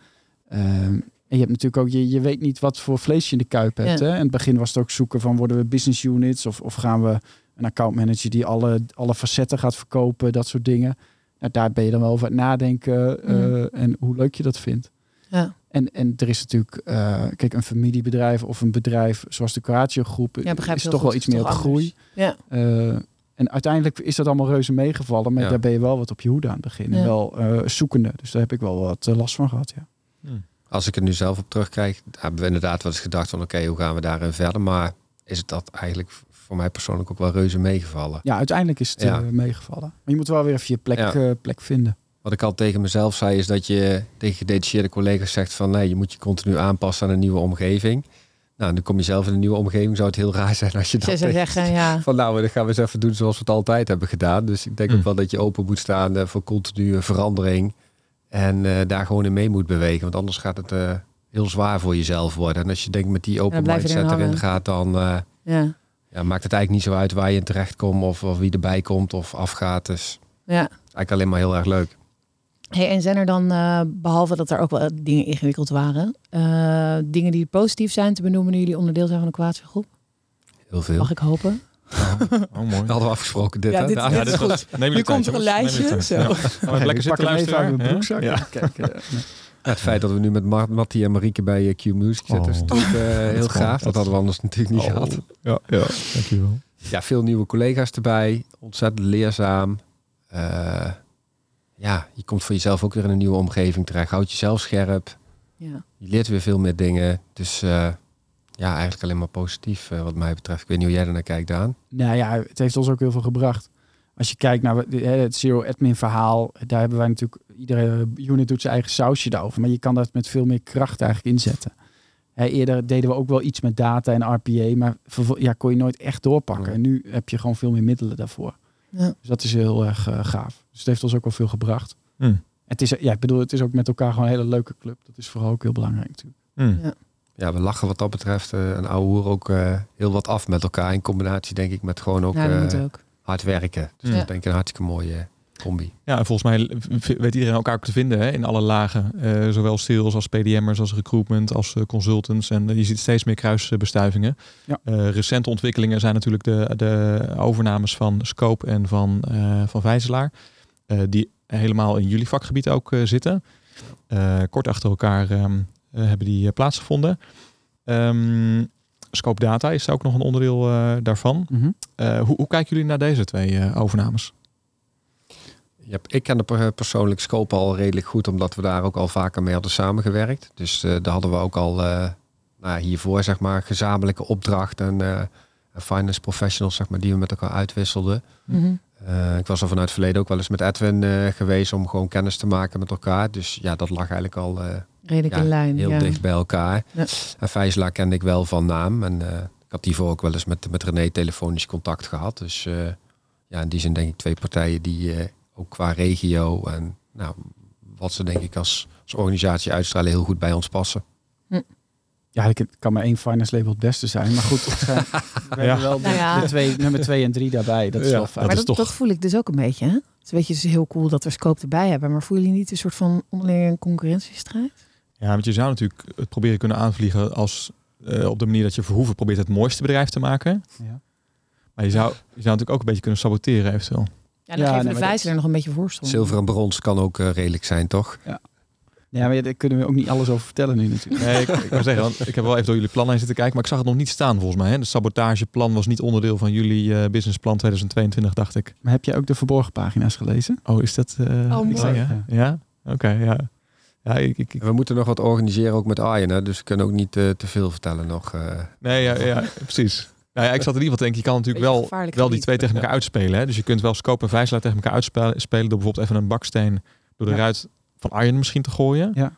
S3: Ehm, en je hebt natuurlijk ook, je, je weet niet wat voor vlees je in de kuip hebt.
S2: Ja.
S3: Hè? In het begin was het ook zoeken van worden we business units of, of gaan we een accountmanager die alle, alle facetten gaat verkopen, dat soort dingen. Nou, daar ben je dan wel over aan het nadenken eh,
S2: Mhm.
S3: en hoe leuk je dat vindt.
S2: ja.
S3: En, en er is natuurlijk, eh, kijk, een familiebedrijf of een bedrijf zoals de Coratio Groep
S2: ja, begrijp
S3: is
S2: heel
S3: toch wel
S2: goed.
S3: iets
S2: Is
S3: meer op
S2: toch
S3: de groei.
S2: anders. Ja.
S3: Eh, en uiteindelijk is dat allemaal reuze meegevallen, maar
S4: Ja.
S3: daar ben je wel wat op je hoede aan het begin. En
S2: Ja.
S3: wel eh, zoekende. Dus daar heb ik wel wat eh, last van gehad. Ja.
S4: Als ik er nu zelf op terugkijk, hebben we inderdaad wel eens gedacht van oké, hoe gaan we daarin verder? Maar is het dat eigenlijk voor mij persoonlijk ook wel reuze meegevallen?
S3: ja, uiteindelijk is het eh,
S4: Ja.
S3: meegevallen. Maar je moet wel weer even je plek,
S4: Ja.
S3: eh, plek vinden.
S4: Wat ik al tegen mezelf zei, is dat je tegen gedetacheerde collega's zegt van nee, je moet je continu aanpassen aan een nieuwe omgeving. Nou, en dan kom je zelf in een nieuwe omgeving, zou het heel raar zijn als je dat
S2: Zij zou
S4: tegen-
S2: zeggen, ja.
S4: van nou, dan gaan we eens even doen zoals we het altijd hebben gedaan. Dus ik denk
S1: Mm.
S4: ook wel dat je open moet staan eh, voor continue verandering. En eh, daar gewoon in mee moet bewegen. Want anders gaat het eh, heel zwaar voor jezelf worden. En als je denkt met die open
S2: blijf je erin
S4: mindset erin
S2: hangen.
S4: gaat, dan, eh,
S2: ja.
S4: Ja, maakt het eigenlijk niet zo uit waar je terechtkomt of, of wie erbij komt of afgaat. Dus
S2: Ja.
S4: eigenlijk alleen maar heel erg leuk.
S2: Hey, en zijn er dan, eh, behalve dat er ook wel dingen ingewikkeld waren, eh, dingen die positief zijn te benoemen nu jullie onderdeel zijn van de Kroatische groep?
S4: Heel veel.
S2: Mag ik hopen?
S1: Oh, mooi.
S4: Dat hadden we afgesproken. Dit,
S2: Ja,
S4: hè?
S2: dit-
S4: Ja,
S2: dit
S4: dit-
S2: is goed.
S1: Neem
S2: Nu komt er een lijstje, zo.
S1: Gaan we lekker
S3: ik pak
S1: zitten
S3: hem even
S1: luisteren.
S3: uit mijn broekzak.
S1: Ja.
S3: en kijk, eh,
S4: het feit dat we nu met Mar- Mattie en Marieke bij eh, Q Music zitten is
S1: Oh.
S4: natuurlijk eh, heel
S1: is gewoon-
S4: gaaf. Dat
S1: dat-
S4: hadden we anders natuurlijk niet gehad.
S1: Ja, Oh. ja, dankjewel.
S4: Ja, veel nieuwe collega's erbij. Ontzettend leerzaam. Eh, ja, je komt voor jezelf ook weer in een nieuwe omgeving terecht. Houd jezelf scherp.
S2: Ja.
S4: Je leert weer veel meer dingen. Dus eh, ja, eigenlijk alleen maar positief eh, wat mij betreft. Ik weet niet hoe jij er naar kijkt, Daan.
S3: Nou ja, het heeft ons ook heel veel gebracht. Als je kijkt naar wat- hè, het zero admin verhaal, daar hebben wij natuurlijk iedere unit doet zijn eigen sausje daarover, maar je kan dat met veel meer kracht eigenlijk inzetten. Hè, eerder deden we ook wel iets met data en RPA, maar vervol- ja, kon je nooit echt doorpakken.
S4: Nee.
S3: En nu heb je gewoon veel meer middelen daarvoor.
S2: Ja.
S3: Dus dat is heel erg eh, gaaf. Dus het heeft ons ook wel veel gebracht.
S1: Hmm.
S3: Het is, ja, ik bedoel, het is ook met elkaar gewoon een hele leuke club. Dat is vooral ook heel belangrijk natuurlijk.
S1: Mm.
S4: Ja, we lachen wat dat betreft eh en ouwe hoer ook eh, heel wat af met elkaar. In combinatie denk ik met gewoon ook
S2: ja, dat
S4: eh,
S2: moet ook.
S4: hard werken. Dus
S1: Ja.
S4: dat denk ik een hartstikke mooie combi.
S1: Ja, en volgens mij v- weet iedereen elkaar ook te vinden hè, in alle lagen. Eh, zowel sales als PDM'ers, als recruitment, als eh, consultants. En eh, je ziet steeds meer kruisbestuivingen.
S3: Ja.
S1: Eh, recente ontwikkelingen zijn natuurlijk de, de overnames van Scope en van, eh, van Vijzelaar. eh, die helemaal in jullie vakgebied ook eh, zitten. Eh, kort achter elkaar ehm, eh, hebben die eh, plaatsgevonden. Ehm, Scope Data is ook nog een onderdeel eh, daarvan. Eh, hoe, hoe kijken jullie naar deze twee eh, overnames?
S4: Ja, ik ken de per- persoonlijk scope al redelijk goed, omdat we daar ook al vaker mee hadden samengewerkt. Dus eh, daar hadden we ook al eh, nou, hiervoor, zeg maar, gezamenlijke opdrachten en eh, en finance professionals, zeg maar, die we met elkaar uitwisselden.
S2: Mhm.
S4: Eh, ik was al vanuit het verleden ook wel eens met Edwin eh, geweest om gewoon kennis te maken met elkaar. Dus ja, dat lag eigenlijk al eh,
S2: Redelijk
S4: Ja,
S2: in lijn.
S4: heel
S2: ja.
S4: dicht bij elkaar.
S2: Ja.
S4: En Vijzelaar kende ik wel van naam. En eh, ik had hiervoor ook wel eens met, met René telefonisch contact gehad. Dus eh, ja, in die zin denk ik twee partijen die eh, ook qua regio en nou, wat ze denk ik als, als organisatie uitstralen heel goed bij ons passen.
S3: Ja, ik het kan maar één finance label het beste zijn. Maar goed, het zijn,
S1: Ja.
S3: we hebben wel de,
S2: Nou ja.
S3: de twee, nummer twee en drie daarbij. Dat is
S1: Ja.
S3: wel fijn.
S2: Maar
S1: Dat is
S2: dat,
S1: toch-
S2: dat voel ik dus ook een beetje. Hè? Dus weet je, het is heel cool dat we Scope erbij hebben. Maar voelen jullie niet een soort van onderlinge concurrentiestrijd?
S1: Ja, want je zou natuurlijk het proberen kunnen aanvliegen als eh, op de manier dat je Verhoeven probeert het mooiste bedrijf te maken.
S3: Ja.
S1: Maar je zou, je zou natuurlijk ook een beetje kunnen saboteren eventueel.
S2: Ja,
S3: Ja,
S2: dan geven
S3: nee,
S2: de
S3: maar
S2: wijzer er nog een beetje voorstel.
S4: Zilver en brons kan ook eh, redelijk zijn, toch?
S3: Ja, maar ja, daar kunnen we ook niet alles over vertellen nu natuurlijk.
S1: Nee, ik, ik wou zeggen, want ik heb wel even door jullie plannen heen zitten kijken, maar ik zag het nog niet staan volgens mij. Hè? Het sabotageplan was niet onderdeel van jullie eh, businessplan 2022, dacht ik.
S3: Maar heb jij ook de verborgen pagina's gelezen?
S1: Oh, is dat... eh,
S2: mooi.
S1: ik zei, Ja, ja? oké, ja. Ja, ik, ik, ik-
S4: En We moeten nog wat organiseren ook met Arjen, hè, dus we kunnen ook niet eh, te veel vertellen nog. eh.
S1: nee, ja, ja, precies. Nou ja, ik zat in ieder geval te denken, je kan natuurlijk
S2: Beetje
S1: wel,
S2: gevaarlijk
S1: wel die
S2: gebied.
S1: twee tegen elkaar uitspelen. Hè? Dus je kunt wel Scope en Vijzelaar tegen elkaar uitspelen spelen door bijvoorbeeld even een baksteen door de
S3: Ja.
S1: ruit van Arjen misschien te gooien.
S3: Ja.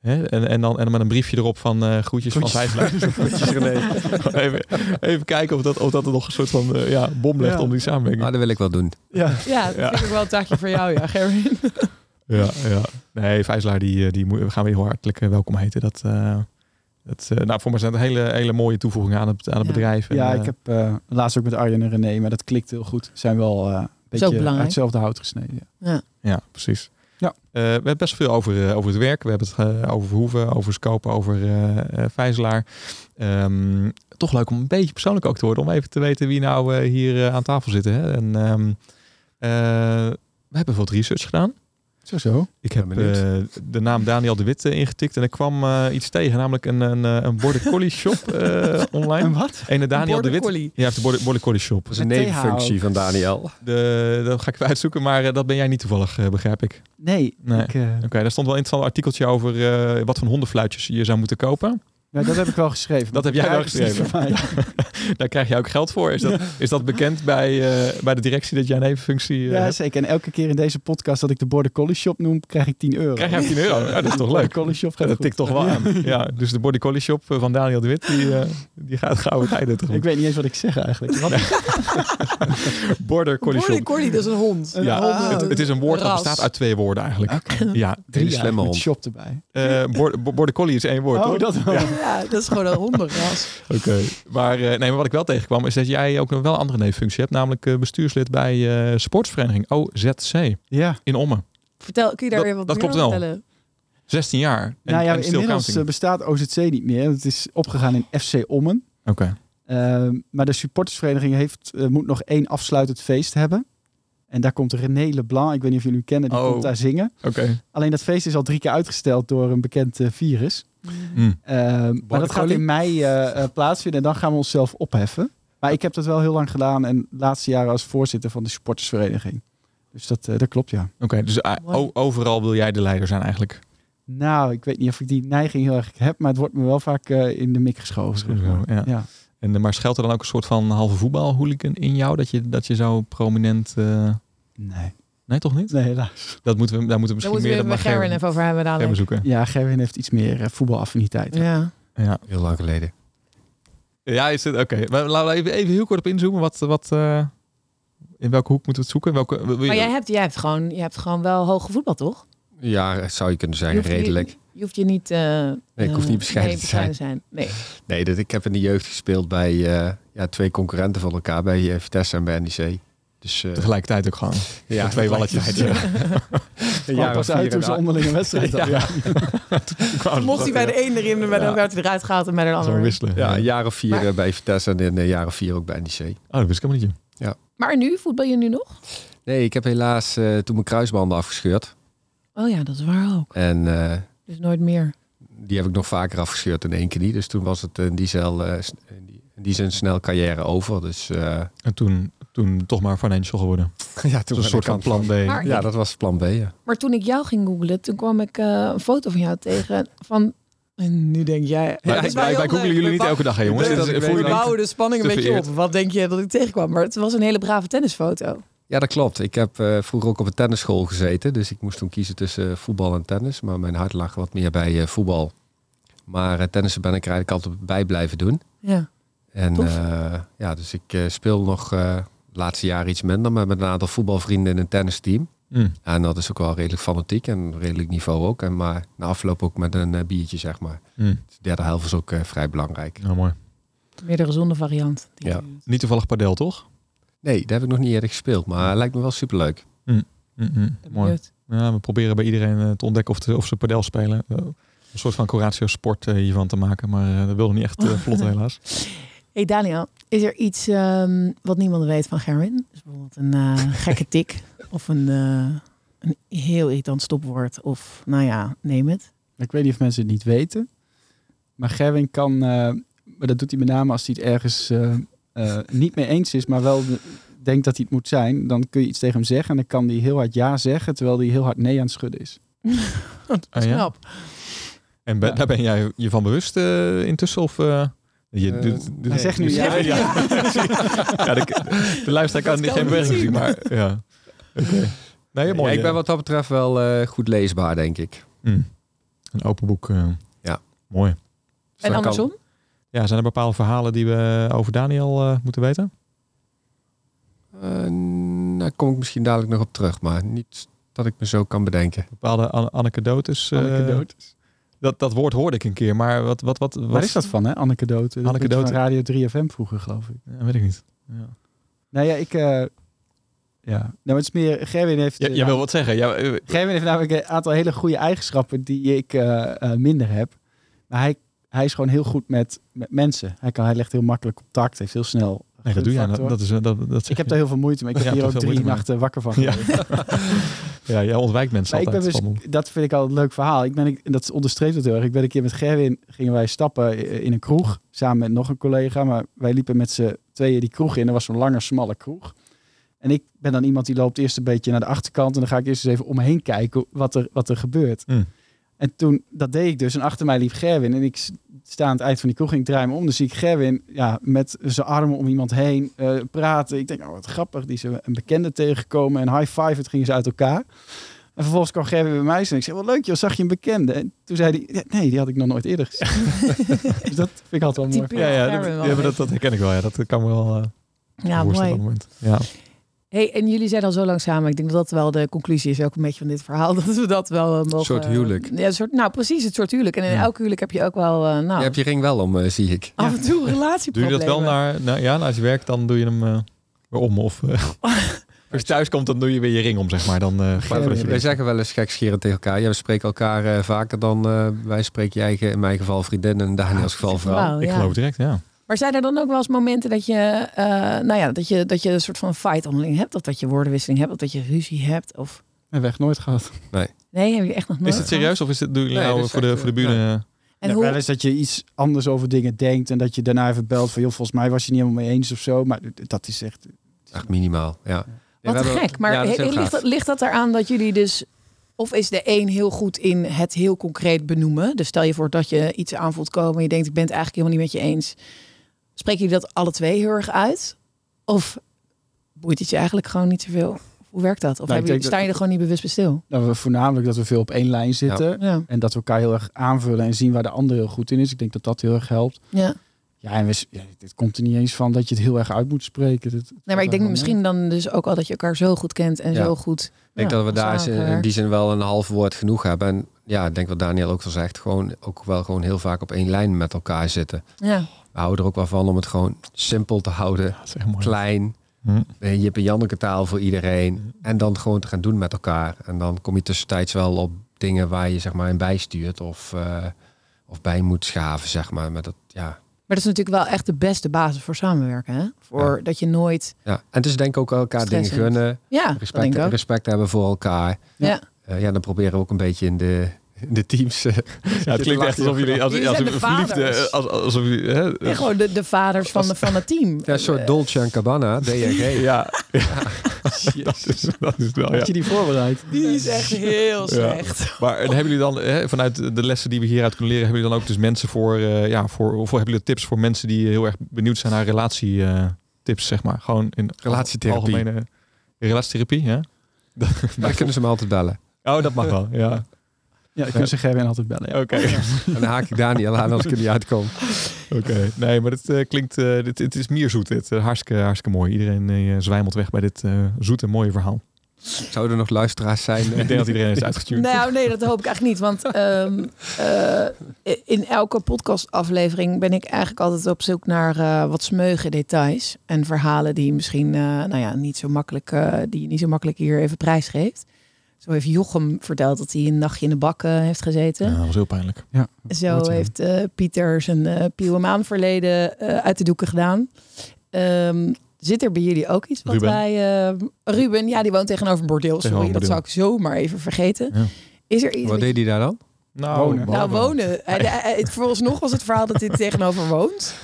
S1: Hè? En, en, dan, en dan met een briefje erop van eh groetjes, van
S3: Groetjes.
S1: Vijzelaar. even, even kijken of dat, of dat er nog een soort van eh, ja, bom legt
S3: Ja.
S1: onder die samenwerking.
S4: Maar dat wil ik wel doen.
S3: Ja.
S2: Ja, dat
S1: Ja.
S2: vind ik wel een taakje voor jou, ja, Gerwin.
S1: Ja, ja. Nee, Vijzelaar, die, eh, die moet- we gaan weer heel hartelijk eh, welkom heten. Dat, eh, dat, eh, nou, voor mij zijn het hele, hele mooie toevoegingen aan het, aan het
S2: Ja.
S1: bedrijf. En,
S3: Ja,
S1: eh,
S3: ik heb eh, laatst ook met Arjen en René, maar dat klikt heel goed. Zijn wel eh, een beetje uit
S2: belangrijk.
S3: hetzelfde hout gesneden. ja.
S1: Ja, precies.
S3: Ja.
S1: Eh, we hebben best veel over, eh, over het werk. We hebben het eh, over Verhoeven, over Scope, over eh eh, Vijzelaar. Ehm, toch leuk om een beetje persoonlijk ook te worden. Om even te weten wie nou eh, hier eh, aan tafel zitten. Hè? En, ehm, eh, we hebben wat research gedaan.
S3: Zo zo.
S1: Ik
S4: Ben
S1: heb
S4: benieuwd.
S1: eh, de naam Daniel de Wit eh, ingetikt. En ik kwam eh, iets tegen. Namelijk een, een, eh, een border collie shop eh,
S3: En
S1: online.
S3: wat?
S1: Ene Daniel de
S2: Border
S1: Wit.
S2: collie.
S1: Ja, heeft de border, border collie shop.
S4: Dat is een
S3: Met TH
S4: nevenfunctie van Daniel.
S1: De, dat ga ik even uitzoeken. Maar eh, dat ben jij niet toevallig, eh, begrijp ik.
S3: Nee.
S1: Nee.
S3: Ik, eh,
S1: Oké, daar stond wel een interessant artikeltje over eh, wat voor hondenfluitjes je zou moeten kopen.
S3: ja, nou, dat heb ik wel geschreven.
S1: Dat heb jij wel geschreven.
S3: Van mij.
S1: Daar krijg je ook geld voor. Is dat, is dat bekend bij, eh, bij de directie dat jij een nevenfunctie eh,
S3: Ja,
S1: hebt?
S3: zeker. En elke keer in deze podcast dat ik de Border Collie Shop noem, krijg ik 10 euro.
S1: Krijg jij 10 euro? Ja, dat is toch leuk?
S3: Border Collie Shop
S1: Ja,
S3: gaat
S1: dat
S3: goed.
S1: tikt toch wel aan. Ja, dus de Body Collie Shop eh, van Daniel de Wit, die, eh, die gaat gouden tijden
S3: Ik
S1: tegemoet.
S3: weet niet eens wat ik zeg eigenlijk. Wat
S1: Border Collie
S2: Border
S1: Shop.
S2: collie, dat is een hond.
S1: Ja,
S3: Ah,
S1: het, het is een woord dat
S2: Ras.
S1: bestaat uit twee woorden eigenlijk. Ja,
S4: Hele
S3: drie
S4: slimme
S3: met
S4: hond.
S3: shop erbij.
S1: eh, border, border Collie is één woord,
S3: oh,
S1: hoor.
S3: dat wel.
S1: Ja.
S2: Ja, dat is gewoon een hondenras.
S1: Oké. Maar, eh, nee, maar wat ik wel tegenkwam is dat jij ook nog wel een andere neeffunctie hebt. Namelijk eh, bestuurslid bij eh, sportsvereniging OZC
S3: Ja.
S1: in Ommen.
S2: Vertel, kun je daar
S1: Dat-
S2: weer wat
S1: dat
S2: meer
S1: klopt wel.
S2: aan vertellen?
S1: 16 jaar. En,
S3: nou ja,
S1: en still
S3: inmiddels eh,
S1: counting.
S3: bestaat OZC niet meer. Het is opgegaan in FC Ommen.
S2: eh,
S1: Oké.
S3: Ehm, maar de supportersvereniging heeft, eh, moet nog één afsluitend feest hebben. En daar komt René Leblanc, ik weet niet of jullie hem kennen, die
S1: Oh.
S3: komt daar zingen.
S1: Oké.
S3: Alleen dat feest is al drie keer uitgesteld door een bekend eh, virus.
S1: Hm.
S3: Ehm, maar dat gaat
S4: Collie?
S3: in mei eh, eh, plaatsvinden en dan gaan we onszelf opheffen. Maar ik heb dat wel heel lang gedaan en de laatste jaren als voorzitter van de supportersvereniging. Dus dat, eh, dat klopt, ja.
S1: Oké, dus eh,
S2: Mooi.
S1: o- overal wil jij de leider zijn eigenlijk.
S3: Nou, ik weet niet of ik die neiging heel erg heb, maar het wordt me wel vaak eh, in de mik geschoven. zeg maar.
S1: Ja.
S3: Ja.
S1: En, eh, maar schuilt er dan ook een soort van halve voetbalhooligan in jou? Dat je, dat je zo prominent... eh,
S3: Nee.
S1: Nee, toch niet?
S3: nee, helaas.
S1: Dat moeten we, daar moeten we misschien
S2: Daar moeten we
S1: meer
S2: weer
S1: dan maar
S2: met Gerwin
S1: Gerwin-
S2: even over hebben
S1: Gerwin
S2: dadelijk.
S1: zoeken.
S3: Ja, Gerwin heeft iets meer eh, voetbalaffiniteit.
S2: Ja.
S1: Ja,
S4: Heel lang geleden.
S1: ja is het oké. Maar Laten we even, even heel kort op inzoomen. Wat, wat, eh, in welke hoek moeten we het zoeken? Welke, wil je-
S2: Maar jij hebt, jij, hebt gewoon, jij hebt gewoon wel hoge voetbal, toch?
S4: Ja, zou je kunnen
S2: Je
S4: zeggen,
S2: hoeft je-
S4: redelijk.
S2: Je hoeft je niet... eh,
S4: Nee, ik hoef
S2: eh,
S4: niet bescheiden
S2: nee,
S4: te zijn.
S2: Nee.
S4: Nee, dat, ik heb in de jeugd gespeeld bij eh, ja, twee concurrenten van elkaar, bij eh, Vitesse en bij NEC. Dus eh,
S1: Tegelijkertijd ook gewoon.
S4: ja,
S1: twee walletjes.
S4: tegelijkertijd, Ja. Een
S3: Ja,
S4: jaar
S3: pas
S4: of
S3: uit
S4: vier
S3: toen
S4: en
S3: ze onderlinge wedstrijd hadden. Ja.
S2: Mocht hij bij de ene erin, dan werd
S1: Ja.
S2: hij ook eruit gehaald en bij de
S1: Zo'n
S2: andere.
S1: wisselen.
S4: Ja, een jaar of vier
S2: Maar-
S4: eh, bij Vitesse en een eh, jaar of vier ook bij NEC.
S1: Oh, dat wist ik helemaal niet. joh.
S2: Maar nu, voetbal je nu nog?
S4: Nee, ik heb helaas eh, toen mijn kruisbanden afgescheurd.
S2: Oh ja, dat is waar ook.
S4: En eh,
S2: Dus nooit meer.
S4: die heb ik nog vaker afgescheurd in één knie. Dus toen was het in die, cel, eh, s- in die, in die zin snel carrière over. Dus eh,
S1: En toen, toen toch maar financial geworden.
S4: ja,
S1: Toen
S4: ben
S1: een soort
S4: ik
S1: van
S4: aan-
S1: plan B.
S2: Maar-
S4: Ja, dat was plan B. Ja.
S2: Maar toen ik jou ging googlen, toen kwam ik eh, een foto van jou tegen van... En nu denk jij...
S1: Wij-
S2: Dat is wel
S1: wij wij
S2: heel leuk.
S1: googelen jullie
S2: We
S1: niet
S2: bou-
S1: elke dag, hè, jongens.
S2: we-
S1: Dit is-
S4: we-
S1: voel je
S2: We
S4: niet
S2: bouwen de spanning een
S1: te
S2: beetje op.
S1: vereerd.
S2: Wat denk je dat ik tegenkwam? Maar het was een hele brave tennisfoto.
S4: ja, dat klopt. Ik heb eh, vroeger ook op een tennisschool gezeten. Dus ik moest toen kiezen tussen eh, voetbal en tennis. Maar mijn hart lag wat meer bij eh, voetbal. Maar eh, tennissen ben ik er eigenlijk altijd bij blijven doen.
S2: Ja.
S4: En
S2: Tof.
S4: eh, ja, dus ik eh, speel nog eh het laatste jaar iets minder, maar met een aantal voetbalvrienden in een tennisteam.
S1: Mm.
S4: En dat is ook wel redelijk fanatiek en redelijk niveau ook. En maar na afloop ook met een eh, biertje, zeg maar.
S1: Mm.
S4: Dus de derde helft is ook eh, vrij belangrijk.
S1: Nou, mooi.
S2: Meer de gezonde variant. Die-
S4: Ja.
S1: Niet toevallig padel, toch?
S4: Nee, daar heb ik nog niet eerder gespeeld, maar lijkt me wel superleuk.
S1: Mm-mm.
S2: Ben
S1: Mm, Mooi.
S2: benieuwd.
S1: Ja, we proberen bij iedereen eh, te ontdekken of, te- of ze padel spelen. Eh, Een soort van Coratio sport eh, hiervan te maken. Maar eh, dat wilde niet echt eh, vlot helaas.
S2: Hey Daniel, is er iets ehm, wat niemand weet van Gerwin? Dus bijvoorbeeld een eh, gekke tik of een, eh, een heel irritant stopwoord of nou ja, neem het.
S3: Ik weet niet of mensen het niet weten. Maar Gerwin kan, eh, maar dat doet hij met name als hij het ergens eh, eh, niet mee eens is, maar wel de- denkt dat hij het moet zijn. Dan kun je iets tegen hem zeggen en dan kan hij heel hard ja zeggen, terwijl hij heel hard nee aan het schudden is.
S2: Dat
S1: Ah, ja? En ben-
S3: Ja.
S1: daar ben jij je van bewust eh, intussen? Of, eh, je,
S4: Eh,
S1: doet- doet-
S3: Hij zegt nu ja.
S1: Ja, Ja, de, de luisteraar
S2: Dat
S1: kan,
S2: kan
S1: geen
S2: niet
S1: beweging
S2: zien.
S1: zien. Maar, ja. Oké. Nee, mooi.
S4: Ja, ik
S1: eh,
S4: ben wat dat betreft wel eh, goed leesbaar, denk ik. Dus
S1: mm. Een open boek. eh,
S4: Ja.
S1: Mooi.
S2: En
S4: dat kan-
S2: andersom?
S1: Ja, zijn er bepaalde verhalen die we over Daniel eh, moeten weten?
S4: Eh, nou, daar kom ik misschien dadelijk nog op terug, maar niet dat ik me zo kan
S2: Ah.
S4: bedenken.
S1: Bepaalde an- anekdotes. eh,
S3: Anekdotes.
S1: dat, dat woord hoorde ik een keer, maar wat... wat, wat, wat
S3: Waar is dat van, hè? Anekdote. Dat
S1: Anekdote.
S3: doet Van Radio 3FM vroeger, geloof ik.
S1: Ja, weet ik niet. Ja.
S3: Nou ja, ik... eh, ja. Nou, maar het is meer... Gerwin heeft...
S1: J-
S3: eh,
S1: jij wil wat zeggen. Ja, eh,
S3: Gerwin heeft namelijk een aantal hele goede eigenschappen die ik eh, eh, minder heb. Maar hij, hij is gewoon heel goed met, met mensen. Hij, kan, hij legt heel makkelijk contact, heeft heel snel.
S1: nee, dat doe jij. Dat,
S3: gunfactor.
S1: dat is, eh, dat, dat zeg
S3: ik heb
S1: je.
S3: daar heel veel moeite mee. Ik heb
S1: Ja,
S3: hier
S1: te
S3: ook
S1: veel
S3: drie
S1: moeite mee.
S3: nachten wakker van.
S1: Ja.
S3: geweest.
S1: ja, jij ontwijkt mensen
S3: Maar ik ben
S1: altijd.
S3: dus,
S1: van me.
S3: dat vind ik al een leuk verhaal. Ik ben, ik- en dat onderstreept het heel erg. Ik ben een keer met Gerwin, gingen wij stappen eh, in een kroeg. Samen met nog een collega. Maar wij liepen met z'n tweeën die kroeg in. Er was zo'n lange, smalle kroeg. En ik ben dan iemand die loopt eerst een beetje naar de achterkant. En dan ga ik eerst eens even omheen kijken wat er, wat er gebeurt.
S1: Mm.
S3: En toen, dat deed ik dus. En achter mij liep Gerwin. En ik s- sta aan het eind van die kroeg en ik draai me om. Dan zie ik Gerwin ja, met zijn armen om iemand heen eh, praten. Ik denk, oh wat grappig. Die is een een bekende tegengekomen. En high five, het gingen ze uit elkaar. En vervolgens kwam Gerwin bij mij en ik zei, wat leuk joh, zag je een bekende? En toen zei hij, "Ja, nee, die had ik nog nooit eerder gezien. dus dat vind ik altijd wel mooi.
S2: Typisch.
S1: Ja, ja,
S2: Gerwin
S1: dat,
S2: wel
S1: ja maar
S2: een
S1: dat, dat herken ik wel. Ja. Dat kan me wel eh
S2: Ja,
S1: voorstellen op
S2: mooi.
S1: het moment. Ja.
S2: Hey, en jullie zijn al zo lang samen. Ik denk dat dat wel de conclusie is ook een beetje van dit verhaal. Dat we dat wel eh, mogen...
S4: Een soort huwelijk.
S2: Ja, een soort, nou precies, het soort huwelijk. En in
S1: Ja.
S2: elk huwelijk heb je ook wel eh, nou,
S4: Je hebt je ring wel om, eh, zie ik.
S2: af en toe
S1: Doe je
S2: relatieproblemen.
S1: dat wel naar, nou ja, als je werkt, dan doe je hem eh, weer om. Of eh, als je thuis komt, dan doe je weer je ring om, zeg maar. Dan, eh,
S4: Maar
S1: voordat je
S4: wij
S1: weet.
S4: zeggen wel eens gekscherend tegen elkaar. Ja, we spreken elkaar eh, vaker dan eh, wij spreken je eigen, in mijn geval vriendin en in
S2: Ah,
S4: Daniels geval vrouw.
S2: Wauw,
S1: Ik
S2: ja.
S1: geloof direct, ja.
S2: Maar zijn er dan ook wel eens momenten dat je, eh, nou ja, dat je, dat je een soort van fight onderling hebt? Of dat je woordenwisseling hebt? Of dat je ruzie hebt? Of...
S3: En weg nooit gehad.
S2: Nee, heb je echt nog nooit
S1: Is het serieus of is het, doe je
S4: Nee,
S1: nou
S4: dit is
S1: voor, de,
S4: echt,
S1: voor de
S4: eh,
S1: bühne? eh,
S2: En
S3: Ja,
S2: hoe...
S3: Wel eens dat je iets anders over dingen denkt en dat je daarna even belt van, joh, volgens mij was je niet helemaal mee eens of zo. Maar dat is echt...
S4: Echt minimaal, ja.
S2: Wat
S4: Ja, we hebben-
S2: gek. Maar
S4: Ja, dat is heel
S2: he- ligt,
S4: gaaf.
S2: dat, ligt dat eraan dat jullie dus... Of is de een heel goed in het heel concreet benoemen? Dus stel je voor dat je iets aanvoelt komen... en je denkt, ik ben het eigenlijk helemaal niet met je eens. Spreken jullie dat alle twee heel erg uit? Of boeit het je eigenlijk gewoon niet zoveel? Hoe werkt dat? Of
S3: Nou,
S2: hebben
S3: ik
S2: jullie-
S3: denk
S2: sta je er
S3: dat-
S2: gewoon niet bewust bij stil?
S3: Nou, we- voornamelijk dat we veel op één lijn zitten.
S2: Ja.
S3: En dat we elkaar heel erg aanvullen en zien waar de ander heel goed in is. Ik denk dat dat heel erg helpt.
S2: ja.
S3: Ja, en we, s- ja, dit komt er niet eens van dat je het heel erg uit moet spreken. Dit-
S1: Oh,
S2: Nee, maar ik denk
S3: Waarom
S2: misschien dan dus ook al dat je elkaar zo goed kent en
S4: Ja.
S2: zo goed...
S4: Ik denk
S2: Ja,
S4: dat we daar eens in, in
S2: samengewerkt.
S4: die zin wel een half woord genoeg hebben. En ja, ik denk wat Daniel ook al zegt, gewoon ook wel gewoon heel vaak op één lijn met elkaar zitten.
S2: Ja.
S4: We houden er ook wel van om het gewoon simpel te houden,
S1: dat is echt mooi.
S4: klein.
S1: Hm.
S4: Eh, Je hebt een Janneke taal voor iedereen. En dan gewoon te gaan doen met elkaar. En dan kom je tussentijds wel op dingen waar je zeg maar in bijstuurt of, eh, of bij moet schaven, zeg maar. Met dat, ja,
S2: Maar dat is natuurlijk wel echt de beste basis voor samenwerken. Hè? Voor dat je nooit...
S4: Ja, en het is denk ik ook elkaar
S2: Stressend.
S4: dingen gunnen.
S2: Ja, dat denk
S4: Respect,
S2: ik ook.
S4: respect hebben voor elkaar.
S2: Ja.
S4: Eh, ja, dan proberen we ook een beetje in de, in de teams. eh,
S1: Ja, het klinkt echt alsof jullie als,
S2: Jullie
S1: als,
S2: zijn de
S1: verliefde,
S2: vaders.
S1: eh, als, alsof jullie, hè, eh,
S2: Ja, gewoon de, de vaders van, de, van het team.
S4: Dus- ja, een soort Dolce en Cabana, DRG.
S1: ja, dat is, dat is het wel, ja.
S3: Had je die voorbereid?
S2: Die is echt heel
S1: slecht. Maar en hebben jullie dan, hè, vanuit de lessen die we hieruit kunnen leren, hebben jullie dan ook dus mensen voor, eh, ja, voor, of hebben jullie tips voor mensen die heel erg benieuwd zijn naar relatietips, tips zeg maar? Gewoon in
S4: Relatietherapie.
S1: algemene relatietherapie, ja?
S4: Maar dan kunnen ze me altijd bellen.
S1: Oh, dat mag wel, ja.
S3: Ja, ik kun ze Gerwin altijd bellen.
S1: Oké,
S3: Ja.
S4: En dan haak ik Daniel aan als ik er niet uitkom.
S1: oké. Nee, maar dit eh, klinkt, eh, dit, het is mierzoet dit. Eh, hartstikke, hartstikke mooi. Iedereen eh, zwijmelt weg bij dit eh zoete, mooie verhaal.
S4: Zouden er nog luisteraars zijn? eh?
S1: Ik denk dat iedereen is uitgestuurd.
S2: Nou, nee, dat hoop ik eigenlijk niet. Want ehm, eh, in elke podcastaflevering ben ik eigenlijk altijd op zoek naar eh, wat smeuige details. En verhalen die misschien eh, nou ja, niet zo makkelijk, eh, die je niet zo makkelijk hier even prijsgeeft. Zo heeft Jochem verteld dat hij een nachtje in de bak eh, heeft gezeten.
S1: Ja, dat was heel pijnlijk.
S2: Zo
S1: Wat, ja.
S2: heeft eh, Pieter zijn eh pyromaan verleden eh, uit de doeken gedaan. Ehm, zit er bij jullie ook iets wat
S1: Ruben.
S2: wij... eh, Ruben, ja, die woont tegenover een bordeel. Sorry,
S1: Tegenover een
S2: dat zou ik zomaar even vergeten.
S1: Ja.
S2: Is er iets...
S4: Wat deed hij daar dan?
S1: Nou,
S3: Wonen.
S2: nou, wonen. eh, Hij- hij- hij- Volgens nog was het verhaal dat dit tegenover woont.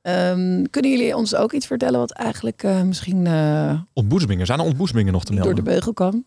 S2: Ehm, kunnen jullie ons ook iets vertellen wat eigenlijk eh, misschien eh,
S1: Ontboezemingen. Zijn er ontboezemingen nog te
S2: niet door de
S1: melden?
S2: beugel kan?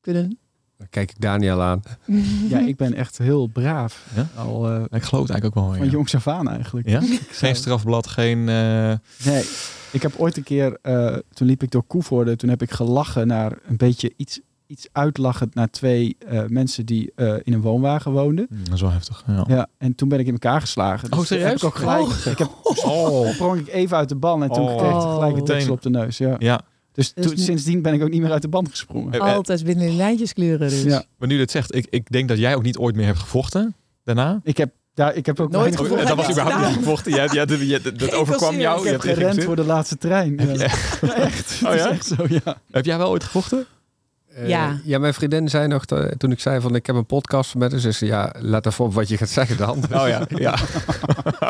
S2: Kunnen.
S4: Dan kijk ik Daniel aan.
S3: ja, ik ben echt heel braaf.
S1: Ja?
S3: Al eh,
S1: Ik geloof het eigenlijk ook wel.
S3: van
S1: ja.
S3: jongs af aan eigenlijk.
S1: Ja? Geen strafblad, geen... eh,
S3: Nee, ik heb ooit een keer, eh, toen liep ik door Koevoorde, toen heb ik gelachen naar een beetje iets, iets uitlachend naar twee eh, mensen die eh, in een woonwagen woonden.
S1: dat is wel heftig. Ja.
S3: Ja, en toen ben ik in elkaar geslagen.
S1: Oh,
S3: toen
S1: serieus?
S3: Heb ik ook gelijk. Ik heb,
S1: Oh.
S3: sprong ik even uit de ban en toen
S1: Oh.
S3: kreeg ik gelijk een
S2: Oh.
S3: deksel op de neus. Ja.
S1: Ja,
S3: Dus
S2: Dus
S3: toen-
S2: nu-
S3: sindsdien ben ik ook niet meer uit de band gesprongen.
S1: Eh,
S2: Altijd binnen de lijntjes kleuren dus.
S3: Ja.
S1: maar nu je dit zegt, ik, ik denk dat jij ook niet ooit meer hebt gevochten daarna. eh,
S3: Ik heb, daar, ik heb ook
S2: Nooit
S3: weinig-
S2: gevochten.
S1: dat was
S2: heb
S1: überhaupt
S2: gedaan.
S1: niet gevochten. Jij, jij, jij- dat- dat
S2: Geïncasseerd.
S1: overkwam jou.
S2: Ik
S1: Je
S3: Ik
S1: hebt
S3: heb
S1: geïncasseerd.
S3: gerend voor de laatste trein. Ja.
S1: Heb, je-
S3: Ja, echt.
S1: Oh
S3: Het is
S1: ja?
S3: echt zo, ja.
S1: heb jij wel ooit gevochten?
S4: Eh,
S2: Ja.
S4: ja, mijn vriendin zei nog, te- toen ik zei van ik heb een podcast met haar, ze zei ja, let even op wat je gaat zeggen dan.
S1: Oh ja, ja.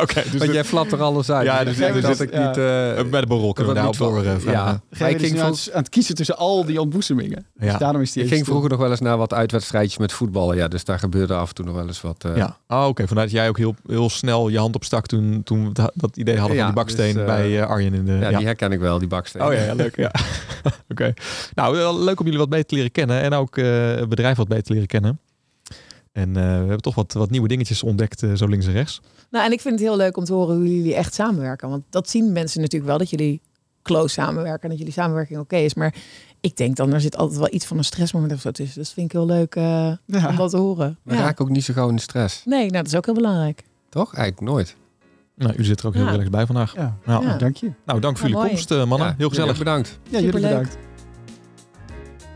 S1: Oké, dus
S4: Want
S1: het-
S4: jij flapt er alles uit.
S1: Ja, dus-
S4: ik denk
S1: dus-
S4: dat ik
S3: ja.
S4: niet... eh,
S1: bij de borrel kunnen we
S4: dat
S1: daar
S4: niet
S1: op door eh,
S4: wel-
S1: vragen.
S4: Ja.
S3: Gerrit
S4: Ik
S3: is
S4: ging
S3: nu aan, het- aan het kiezen tussen al die ontboezemingen.
S1: Ja.
S3: Dus daarom is die
S4: Ik
S3: even
S4: ging
S3: stil.
S4: vroeger nog wel eens naar wat uitwedstrijdjes met voetballen. Ja, dus daar gebeurde af en toe nog wel eens wat. eh,
S1: Ja. Oh, Oké, vanuit jij ook heel, heel snel je hand opstak toen, toen we dat- dat idee hadden
S4: Ja,
S1: van die baksteen
S4: dus, eh,
S1: bij eh, Arjen in de...
S4: ja,
S1: ja.
S4: die herken ik wel, die baksteen.
S1: Oh ja, ja, leuk. Ja. Oké. Nou, wel leuk om jullie wat beter te leren kennen en ook eh, het bedrijf wat beter te leren kennen. En eh, we hebben toch wat, wat nieuwe dingetjes ontdekt, eh, zo links en rechts.
S2: Nou, en ik vind het heel leuk om te horen hoe jullie echt samenwerken. Want dat zien mensen natuurlijk wel, dat jullie close samenwerken en dat jullie samenwerking oké is. Maar ik denk dan, er zit altijd wel iets van een stressmoment of zo tussen. Dus dat vind ik heel leuk eh,
S1: Ah.
S2: om
S3: Ja.
S2: dat te horen.
S4: We
S2: Ja.
S4: raken ook niet zo gauw in de stress.
S2: Nee, nou, dat is ook heel belangrijk.
S4: Toch? Eigenlijk nooit.
S1: Nou, u zit er ook heel
S2: Ja.
S1: relaxed bij vandaag.
S3: Ja.
S1: Nou,
S2: Ja.
S3: Dank je.
S1: nou dank voor
S2: Ja,
S1: jullie
S2: mooi.
S1: komst, eh, mannen.
S4: Ja, dus
S1: heel gezellig.
S4: Bedankt.
S3: Ja, jullie
S2: Superleuk.
S3: bedankt.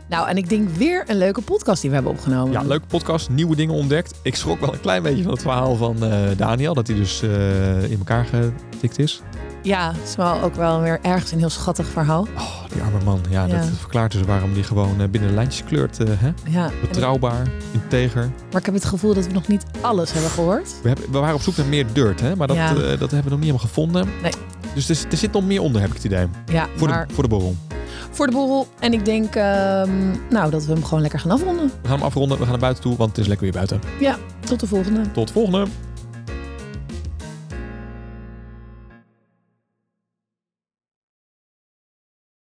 S2: Nou, en ik denk weer een leuke podcast die we hebben opgenomen.
S1: Ja, leuke podcast, nieuwe dingen ontdekt. Ik schrok wel een klein beetje van het verhaal van eh, Daniel, dat hij dus eh, in elkaar getikt is.
S2: Ja, het is wel ook wel weer ergens een heel schattig verhaal.
S1: Oh, die arme man. Ja,
S2: Ja.
S1: Dat, dat verklaart dus waarom die gewoon eh, binnen de lijntjes kleurt. eh, hè?
S2: Ja, en-
S1: Betrouwbaar, integer.
S2: maar ik heb het gevoel dat we nog niet alles hebben gehoord.
S1: We, hebben, we waren op zoek naar meer dirt, hè? maar dat,
S2: Ja.
S1: eh, dat hebben we nog niet helemaal gevonden.
S2: Nee.
S1: Dus er, zit- er zit nog meer onder, heb ik het idee.
S2: Ja,
S1: Voor,
S2: maar
S1: de, voor de borrel.
S2: voor de borrel. En ik denk ehm, nou, dat we hem gewoon lekker gaan afronden.
S1: We gaan hem afronden, we gaan naar buiten toe, want het is lekker weer buiten.
S2: Tot de volgende.
S1: Tot volgende!